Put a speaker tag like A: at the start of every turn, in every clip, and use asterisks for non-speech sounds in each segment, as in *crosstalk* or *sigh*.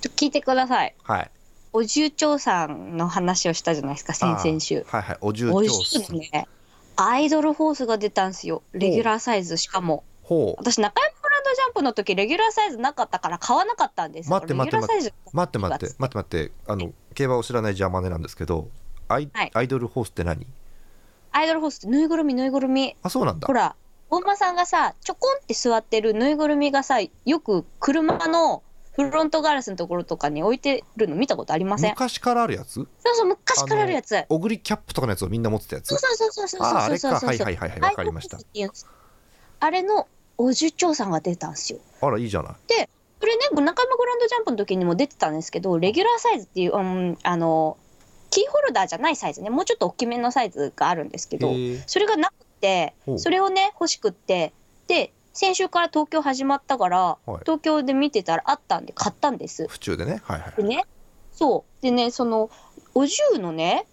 A: 聞いてください。
B: はい。
A: お重長さんの話をしたじゃないですか、先々週。
B: あーはいはい。お重
A: お
B: 調
A: 重
B: 査
A: の。ね、アイドルホースが出たんですよ。レギュラーサイズしかも。
B: ほう。
A: 私、中山ブランドジャンプの時、レギュラーサイズなかったから買わなかったんですよ。
B: 待って待って
A: レギュラーサイズ
B: 待って待って待って待って。あの競馬を知らないジャーマネなんですけど、アイ,、
A: はい
B: アイドルホースって何？
A: アイドルホースってぬいぐるみ、ぬいぐるみ。
B: あそうなんだ
A: ほ。ら、大間さんがさ、ちょこんって座ってるぬいぐるみがさ、よく車のフロントガラスのところとかに置いてるの見たことありません
B: 昔からあるやつ？
A: そうそう、昔からあるやつ。
B: オグリキャップとかのやつをみんな持ってたやつ
A: そう。そうそうそうそうそうそう。
B: ああーあれか。はいはいはいはい。わかりまし
A: ア
B: た
A: イドルホースっ。て言うんですあれのおじゅちょうさんが出たんですよ。
B: あらいいじゃない。
A: これね、中山グランドジャンプの時にも出てたんですけど、レギュラーサイズっていう、うん、あの、キーホルダーじゃないサイズね、もうちょっと大きめのサイズがあるんですけど、
B: へえ。
A: それがなくて
B: ほう
A: それをね欲しくってで先週から東京始まったから、
B: い
A: 東京で見てたらあったんで買ったんです
B: 府中でね。はいはい
A: で。ねそうでねそのお重のね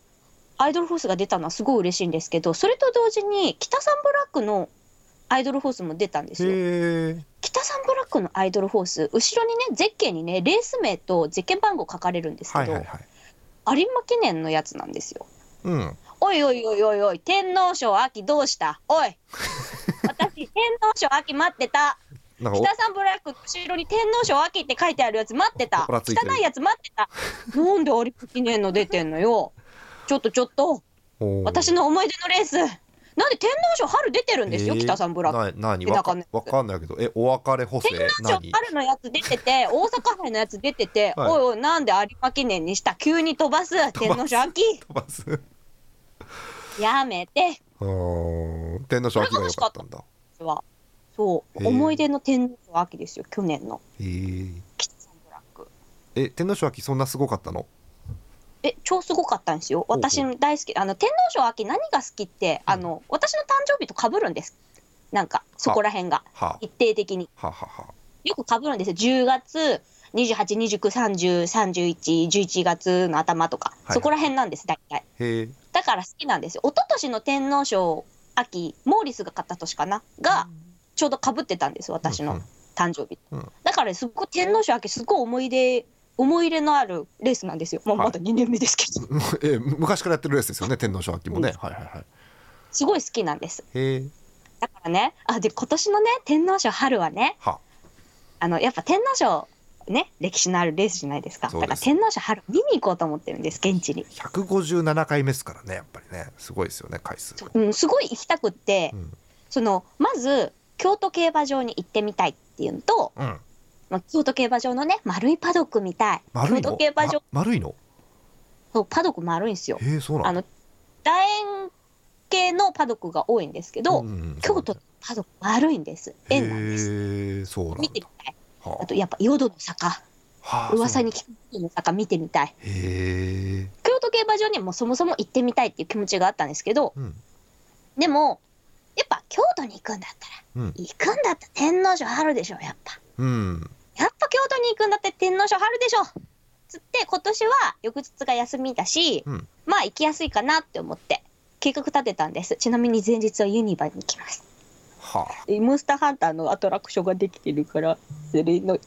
A: アイドルホースが出たのはすごい嬉しいんですけどそれと同時に北サンブラックのアイドルホースも出たんですよ
B: へえ。
A: 北サンブラックのアイドルホース後ろにねゼッケンにねレース名とゼッケン番号書かれるんですけ
B: はい
A: ど、
B: はいはい。
A: 有馬記念のやつなんですよ
B: うん。
A: おいおいおいおいおい、天皇賞秋どうしたお
B: *laughs*
A: い私、天皇賞秋待ってた。
B: なんかお
A: 北サンブラックの後ろに天皇賞秋って書いてあるやつ待ってた。
B: ほら
A: 汚
B: ついてる
A: いやつ待
B: *laughs*
A: ってた。なんで有馬記念の出てんのよ。ちょっとちょっと、
B: おー
A: 私の思い出のレース。なんで天皇賞春出てるんですよ、
B: えー
A: 北サンブラック。
B: な何
A: 出
B: わ
A: た
B: か
A: か
B: ん
A: ね
B: わかんないけどえお別れ補正
A: 天皇賞
B: 何
A: 春のやつ出てて、大阪杯のやつ出てて、
B: はい
A: おいおい、なんで有馬記念にした急に飛ば
B: *laughs*
A: す天皇賞秋
B: 飛ばす
A: やめて。
B: うーん天皇賞秋が良かったんだ
A: はそう
B: へえ
A: 思い出の天皇賞秋ですよ去年の
B: えー、
A: 北サンブラック
B: え天皇賞秋そんなすごかったの
A: え超すごかったんですよ
B: ほう
A: 私の大好きあの天皇賞秋何が好きってあの私の誕生日と被るんですなんかそこら辺が
B: は
A: 一定的に
B: あ、はあ、はあはあ
A: よく被るんですよ10月2829303111月の頭とか、
B: はい
A: そこら辺なんです大体
B: へえ
A: だから好きなんですよ一昨年の天皇賞秋モーリスが勝った年かながちょうど被ってたんです私の
B: うんうん
A: 誕生日、
B: うん
A: だからすごい天皇賞明すごい思い出思い入れのあるレースなんですよ、まあ、
B: はい
A: まだ2年目ですけど、
B: *laughs* え昔からやってるレースですよね天皇賞秋もね、はいはいはい
A: すごい好きなんです
B: へえ
A: だからねあで今年のね天皇賞春はね
B: は
A: あのやっぱ天皇賞ね歴史のあるレースじゃないですかだ
B: そう
A: か
B: です
A: ら天皇賞春見に行こうと思ってるんです現地に、
B: 157回目ですからねやっぱりねすごいですよね回数が
A: うん、すごい行きたくって、
B: うん
A: そのまず京都競馬場に行ってみたいっていうのと、
B: うん
A: まあ、京都競馬場のね丸いパドックみたい
B: 丸い
A: 京都
B: の
A: 競馬場
B: ま丸いの
A: そうパドック丸いんですよ
B: へえそうな
A: あ
B: んだ
A: の楕円形のパドックが多いんですけど、
B: うんうんうん
A: 京都のパドック丸いんです円なんです
B: へえそうなんだ
A: 見てみたい
B: は
A: あとやっぱ淀の坂
B: はあ
A: 噂に聞く淀の坂見てみたい
B: そうなんだへえ
A: 京都競馬場にはもうそもそも行ってみたいっていう気持ちがあったんですけど
B: うん
A: でもやっぱ京都に行くんだったら
B: うん
A: 行くんだったら天皇賞春でしょやっぱ
B: うん
A: やっぱ京都に行くんだって天皇賞春でしょつって今年は翌日が休みだし、
B: うん
A: まあ行きやすいかなって思って計画立てたんですちなみに前日はユニバに行きます
B: は *laughs* あ
A: でモンスターハンターのアトラクションができてるからそれの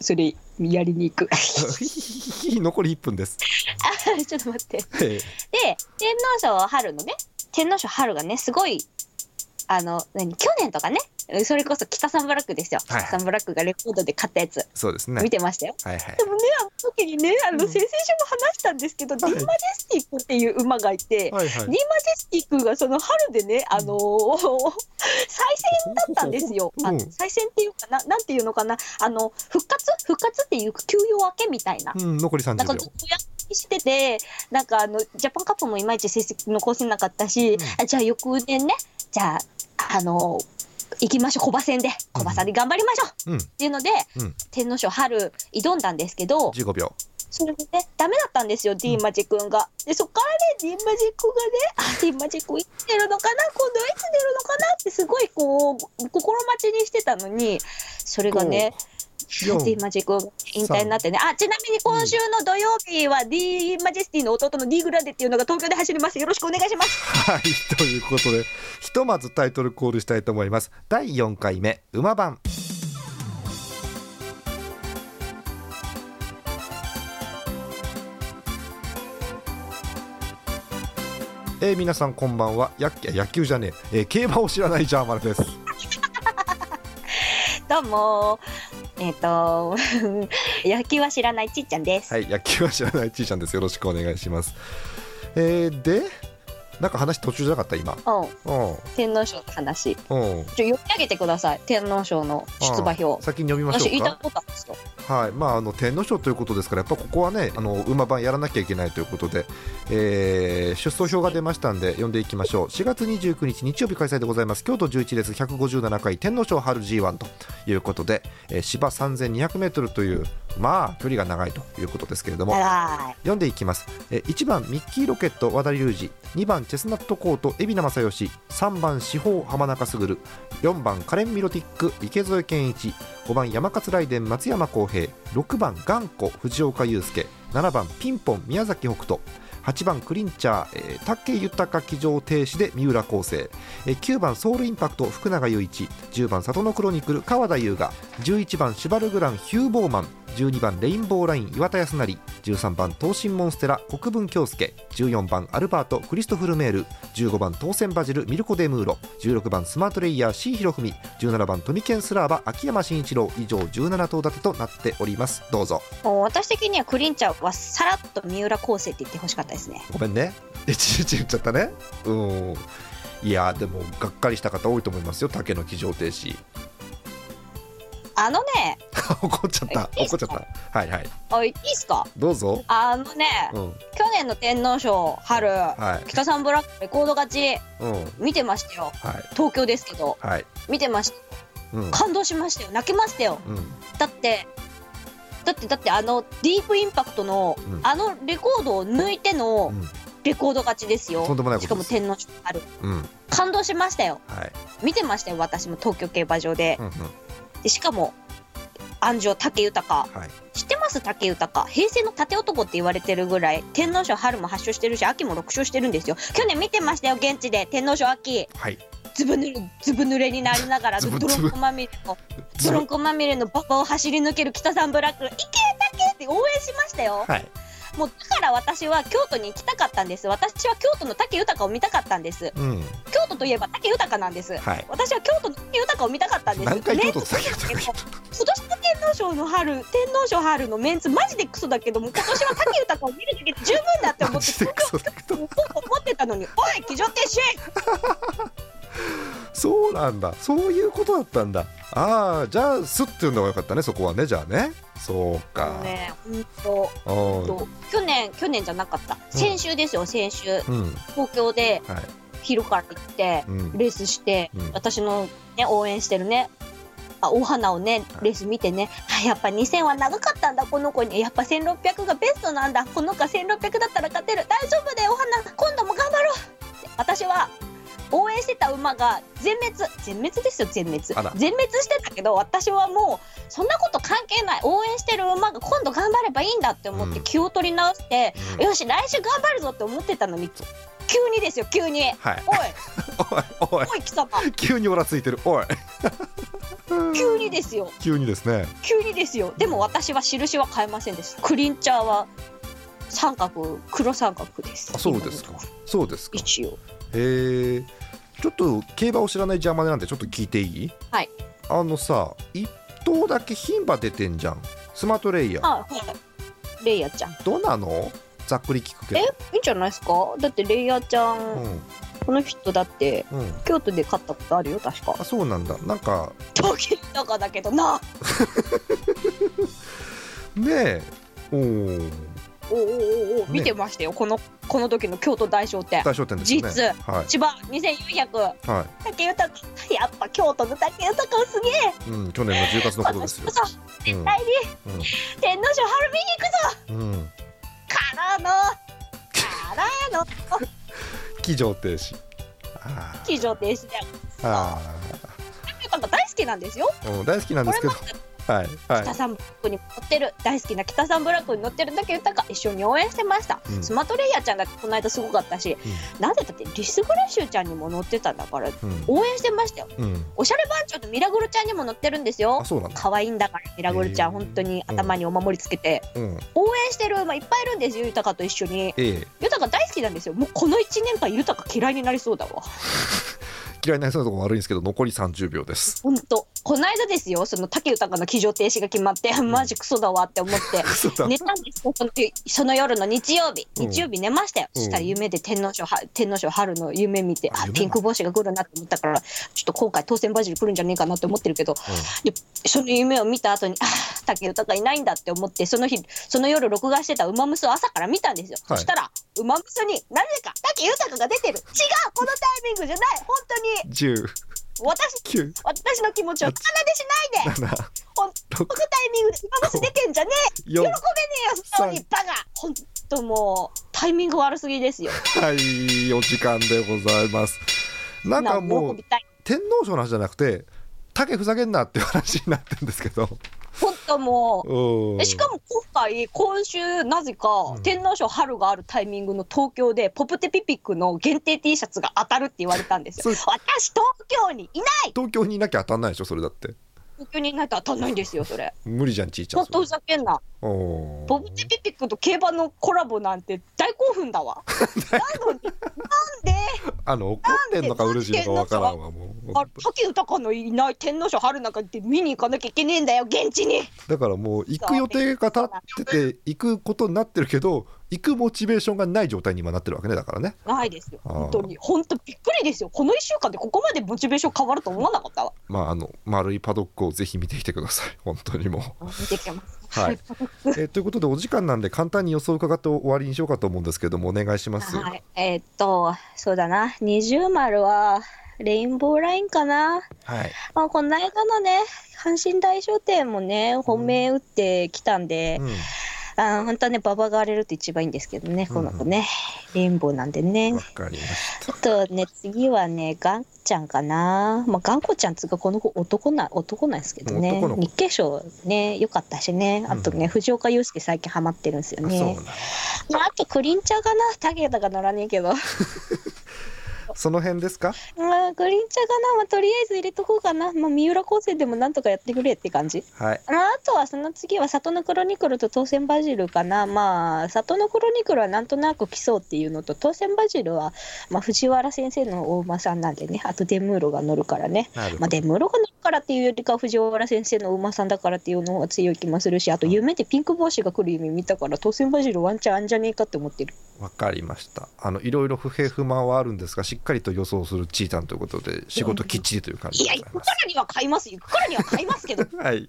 A: それやりに行く *laughs* あ
B: 残り1分です。
A: ちょっと待ってで
B: え
A: 天皇賞春のね天皇賞春がねすごいあの何去年とかねそれこそ北サンブラックですよ、
B: はい
A: 北サンブラックがレコードで買ったやつ、
B: そうですね
A: 見。てましたよ
B: はいはい
A: で。もね、あの時にね、あの先々週も話したんですけど、
B: はい
A: ディーマジェスティックっていう馬がいて、
B: はい
A: ディーマジェスティックがその春でね、あのー再戦だったんですよ。
B: うん
A: あの再戦っていうかな、なんていうのかな、あの復活復活っていう休養明けみたいな。
B: うん、残り
A: なんか
B: 30
A: ずっ
B: 秒。
A: とやってしてて、なんかあのジャパンカップもいまいち成績残せなかったし、
B: ん
A: あじゃあ翌年ね、じゃあ、あのー行きましょう、小馬戦で、小馬さんで頑張りましょう
B: うん、
A: っていうので、
B: うん
A: 天皇賞春挑んだんですけど、
B: 15秒。
A: それでね、ダメだったんですよ、ディーンマジ君が。で、そっからね、ディーンマジ君がね、あ、ディーンマジ君いつ出るのかな、今度いつ出るのかなって、すごいこう、心待ちにしてたのに、それがね、デ
B: 四
A: ィーンマジ君が引退になってね、あ、ちなみに今週の土曜日は、ディーンマジェスティの弟のディーグランデっていうのが東京で走ります。よろしくお願いします。
B: はい、ということで、ひとまずタイトルコールしたいと思います。第4回目、馬番。えー皆さんこんばんはやっいや野球じゃねえ、えー競馬を知らないジャーマルです
A: どうもーえっ、と *laughs* 野球は知らないちっちゃんです、
B: はい野球は知らないちいちゃんですよろしくお願いしますえーでなんか話途中じゃなかった今
A: うん
B: うん
A: 天皇賞の話ちょ
B: うん
A: 読み上げてください天皇賞の出馬
B: あー
A: 表
B: 先に読みま
A: 私
B: し
A: 言い
B: ょ
A: たいうことあるんですよ
B: かはいまああの天皇賞ということですからやっぱここはねあの馬番やらなきゃいけないということで、えー出走表が出ましたんで読んでいきましょう4月29日日曜日開催でございます京都11列157回天皇賞春 G1 ということで、えー芝 3200m というまあ距離が長いということですけれども
A: あら
B: 読んでいきますえー1番ミッキーロケット和田裕二2番チェスナットコート海老名正義3番四方浜中卓4番カレンミロティック池添健一5番山勝雷電松山康平6番頑固藤岡祐介7番ピンポン宮崎北斗8番クリンチャー、えー、武豊騎乗停止で三浦康生、えー9番ソウルインパクト福永祐一10番里のクロニクル川田優雅11番シュバルグランヒューボーマン12番レインボーライン岩田康成13番東進モンステラ国分京介14番アルバートクリストフルメール15番当選バジルミルコ・デ・ムーロ16番スマートレイヤー C ひろふみ17番トミケンスラーバ秋山慎一郎以上17頭立てとなっておりますどうぞ
A: ーもう私的にはクリンチャーはさらっと三浦康生って言ってほしかったですね
B: ごめんね。 *laughs* えちち言っちゃったね。うん。いやーでもがっかりした方多いと思いますよ。竹の騎乗停止。
A: あのね
B: *laughs* 怒っちゃった。
A: えいい
B: 怒
A: っ
B: っち
A: す
B: ゃっ
A: か
B: た。はいはい。
A: あいいっすか
B: どうぞ。
A: あのね、
B: うん。
A: 去年の天皇賞春
B: はい。
A: 北さんブラックレコード勝ち
B: うん。はい。
A: 見てましたよ東京ですけど
B: はい。
A: 見てました
B: うん。
A: 感動しましたよ泣けましたよ
B: うん。
A: だってだってだってあのディープインパクトの、
B: うん
A: あのレコードを抜いての
B: うん。
A: レコード勝ちですよ、
B: とんでもないこ
A: しか
B: とで
A: も
B: す。
A: 天皇賞ある
B: うん。
A: 感動しましたよ
B: はい。
A: 見てましたよ私も東京競馬場で
B: うんうん。
A: でしかも安城武豊
B: はい。
A: 知ってます武豊平成の盾男って言われてるぐらい天皇賞春も8勝してるし秋も6勝してるんですよ去年見てましたよ現地で天皇賞秋
B: はい。
A: ずぶ濡れずぶ濡れになりながら
B: ず
A: ド
B: ぶ
A: ロンコまみれのドロンコまみれの馬場を走り抜ける北さんブラックいけたけって応援しましたよ
B: はい。
A: もうだから私は京都に行きたかったんです私は京都の武豊を見たかったんです
B: うん。
A: 京都といえば武豊なんです
B: はい。
A: 私は京都の武豊を見たかったんです
B: 何回京
A: メ
B: 都
A: ン
B: と
A: ツ
B: 先言った
A: だ
B: の
A: けど今年の天皇賞の春天皇賞春のメンツマジでクソだけども今年は武豊を見るだけで十分だって思
B: マ
A: って
B: ジでクソだけど。
A: 僕思ってたの
B: *laughs*
A: に「おい騎乗停止!」
B: そうなんだ。そういうことだったんだ。ああ、じゃあ、すっていうのがよかったね、そこはね、じゃあね。そうか。
A: ね本当
B: うん。
A: と去年去年じゃなかった先週ですよ、先週
B: うん。
A: 東京で
B: はい。
A: 昼から行って
B: うん。
A: レースして、
B: うん
A: 私の、ね、応援してるねあお花をねレース見てね、あやっぱ2000は長かったんだこの子にやっぱ1600がベストなんだこの子は1600だったら勝てる大丈夫だよお花今度も頑張ろうで私は応援してた馬が全滅全滅ですよ全滅
B: あら
A: 全滅してたけど私はもうそんなこと関係ない応援してる馬が今度頑張ればいいんだって思って
B: うん
A: 気を取り直して、
B: うん
A: よし来週頑張るぞって思ってたのに急にですよ急に
B: はい。
A: おい
B: おい、おい。
A: おい貴様
B: 急にオラついてるおい
A: 急にですよ
B: *laughs* 急にですね
A: 急にですよでも私は印は変えませんでしたクリンチャーは三角黒三角です
B: あそうですか
A: 今のとこ
B: そうですか
A: 一応
B: へえちょっと競馬を知らない邪魔なんでちょっと聞いていい
A: はい
B: あのさ一頭だけ牝馬出てんじゃんスマートレイヤー
A: あはいレイヤちゃん
B: どうなのざっくり聞くけど
A: えいいんじゃないですかだってレイヤちゃん、
B: う
A: この人だって
B: んうん
A: 京都で勝ったことあるよ確か
B: あそうなんだなんか
A: 東京とかだけどな
B: ねえおー
A: おおおおお見てましたよ、このこの時の京都大賞って
B: 大商店ですね
A: 実
B: は
A: 千葉2400
B: いは
A: 竹豊やっぱ京都の竹豊はすげえ
B: い、うん、去年の10月のことです
A: 私
B: よ
A: こ、そ
B: うん
A: 絶対に天皇賞春見に行くぞ
B: うんうん、
A: からのからの
B: 騎乗停止あ
A: 騎乗停止で
B: ーあ
A: なんか大好きなんですよ
B: ー、うん、大好きなん
A: こ
B: で
A: れ
B: すけ
A: ま
B: ど
A: で
B: はいはい
A: 北サンブラックに乗ってる大好きな北サンブラックに乗ってるだけ豊か一緒に応援してました、
B: うん
A: スマトレイヤーちゃんだってこの間すごかったし、なぜだってリス・フラッシュちゃんにも乗ってたんだから
B: う
A: 応援してましたよ
B: んうん
A: おしゃれ番長のミラグルちゃんにも乗ってるんですよ
B: あそうなんだ
A: 可愛いんだからミラグルちゃん、
B: へー
A: 本当に頭にお守りつけて、
B: うん
A: 応援してる馬いっぱいいるんですよ
B: *laughs*
A: 豊かと一緒に
B: ええ
A: 豊か大好きなんですよもうこの1年間豊か嫌いになりそうだわ
B: 嫌いな人のとこも悪いんですけど残り30秒です
A: 本当この間ですよその武豊の騎乗停止が決まってマジクソだわって思って
B: そう
A: *laughs*
B: だ
A: 寝たんですよそのその夜の日曜日
B: うん
A: 日曜日寝ましたよ、
B: うん
A: そしたら夢で天皇賞は天皇賞春の夢見てあ
B: あ夢
A: ピンク帽子が来るなって思ったからちょっと今回当選バジル来るんじゃねえかなって思ってるけど、でその夢を見た後にあー竹豊いないんだって思ってその日その夜録画してた馬娘を朝から見たんですよ、
B: はい
A: そしたら馬娘になぜか竹豊が出てる違うこのタイミングじゃない本当に私
B: 109
A: 私の気持ちを奏でしない
B: *laughs*
A: で本当のタイミングで馬娘出てんじゃねえ喜べねえよ素直にバカ本当もうタイミング悪すぎですよ
B: はいお時間でございますなんかも
A: 喜
B: う
A: びたい
B: 天皇賞の話じゃなくて竹ふざけんなっていう話になってるんですけど
A: 本当もう
B: うん
A: えしかも今回今週なぜか
B: うん
A: 天皇賞春があるタイミングの東京でポプテピピックの限定 T シャツが当たるって言われたんです
B: そう
A: よ私東京にいない
B: 東京にいなきゃ当たんないでしょそれだって
A: 東京にいないと当たんないんですよそれ
B: 無理じゃんちいちゃん
A: 本
B: そ
A: 当
B: れ
A: ふざけんな
B: お
A: ポプ
B: ー
A: テピピックと競馬のコラボなんて大興奮だわなのになんで
B: あの怒ってんのかうるしいのかわからんわもう
A: あ滝豊のいない天皇賞春なんか行って見に行かなきゃいけねえんだよ現地に
B: だからもう行く予定が立ってて行くことになってるけど行くモチベーションがない状態に今なってるわけねだからね
A: ないですよ
B: あー
A: 本当に本当びっくりですよこの1週間でここまでモチベーション変わると思わなかったわ
B: まああの丸いパドックをぜひ見てきてください *laughs* 本当にもう
A: 見てきます
B: はい、 *laughs* えーということでお時間なんで簡単に予想を伺って終わりにしようかと思うんですけどもお願いします、
A: はい、えーっとそうだな二重丸はレインボーラインかな、
B: はい
A: まあ、この間のね阪神大賞典もね本命打ってきたんで
B: う、ん
A: あー本当はね馬場が荒れると一番いいんですけどねこの子ね、レインボーなんでね
B: わかりまし
A: ちょっとね、次はね、ガンちゃんかな。まあ、ガンコちゃんつうか、この子男な、男なんですけどね
B: 男の。子
A: 日経賞ね、良かったしね。あとね、
B: うん
A: 藤岡祐介最近ハマってるんです
B: た、
A: よ
B: あそう
A: ね
B: な。んだ
A: まあ、あとクリンチャーかな。タゲだが乗らねえけど。 *laughs*
B: その辺ですか
A: まあ、クリンチャーかな。まあ、とりあえず入れとこうかな。まあ、三浦高生でもなんとかやってくれって感じ。
B: はい
A: まあ、あとはその次は里のクロニクルと当選バジルかな。まあ、里のクロニクルはなんとなく来そうっていうのと、当選バジルは、まあ、藤原先生の大馬さんなんでね、あとデムーロが乗るからね。
B: なるほ
A: まあ、デ
B: ど
A: ムーロが乗るからっていうよりかは藤原先生のお馬さんだからっていうのは強い気もするしあと夢でピンク帽子が来る夢見たから当選バジルワンチャンあんじゃねえかって思ってる
B: わかりましたあのいろいろ不平不満はあるんですがしっかりと予想するチータンということで仕事きっちりという感じ
A: い
B: で
A: や
B: ご
A: 行
B: ざい
A: く
B: ま
A: からには買います行くからには買いますけど
B: すはい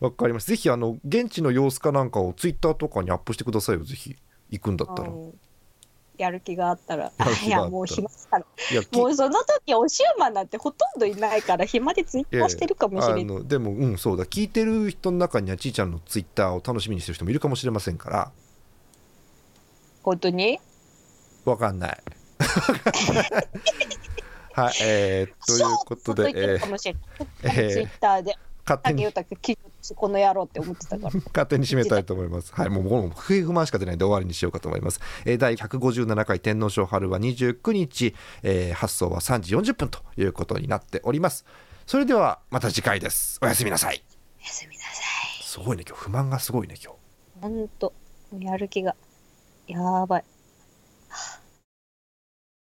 B: わかりましたぜひあの現地の様子かなんかをツイッターとかにアップしてくださいよぜひ行くんだったら
A: うんやる気があったら
B: やる気があったら
A: いやもう暇だから
B: いやき
A: もうその時おシューマンなんてほとんどいないから暇でツイッターしてるかもしれない
B: あのでもうんそうだ聞いてる人の中にはちいちゃんのツイッターを楽しみにしてる人もいるかもしれませんから
A: 本当に
B: わかんない
A: *laughs*
B: はいえー、ということで、
A: そうずっと言って
B: え
A: るか
B: ー
A: もしれない、
B: えー
A: ツイッターで
B: 勝手
A: 竹
B: に
A: 豊聞いてこの野郎って思ってた *laughs* から
B: 勝手に締めたいと思います。はい、もうもう不平不満しか出ないんで終わりにしようかと思います。えー第157回天皇賞春は29日、えー発送は3時40分ということになっております。それではまた次回です。おやすみなさい。
A: おやすみなさい
B: すごいね今日不満がすごいね今日。
A: ほんと、やる気が、やばい。はあ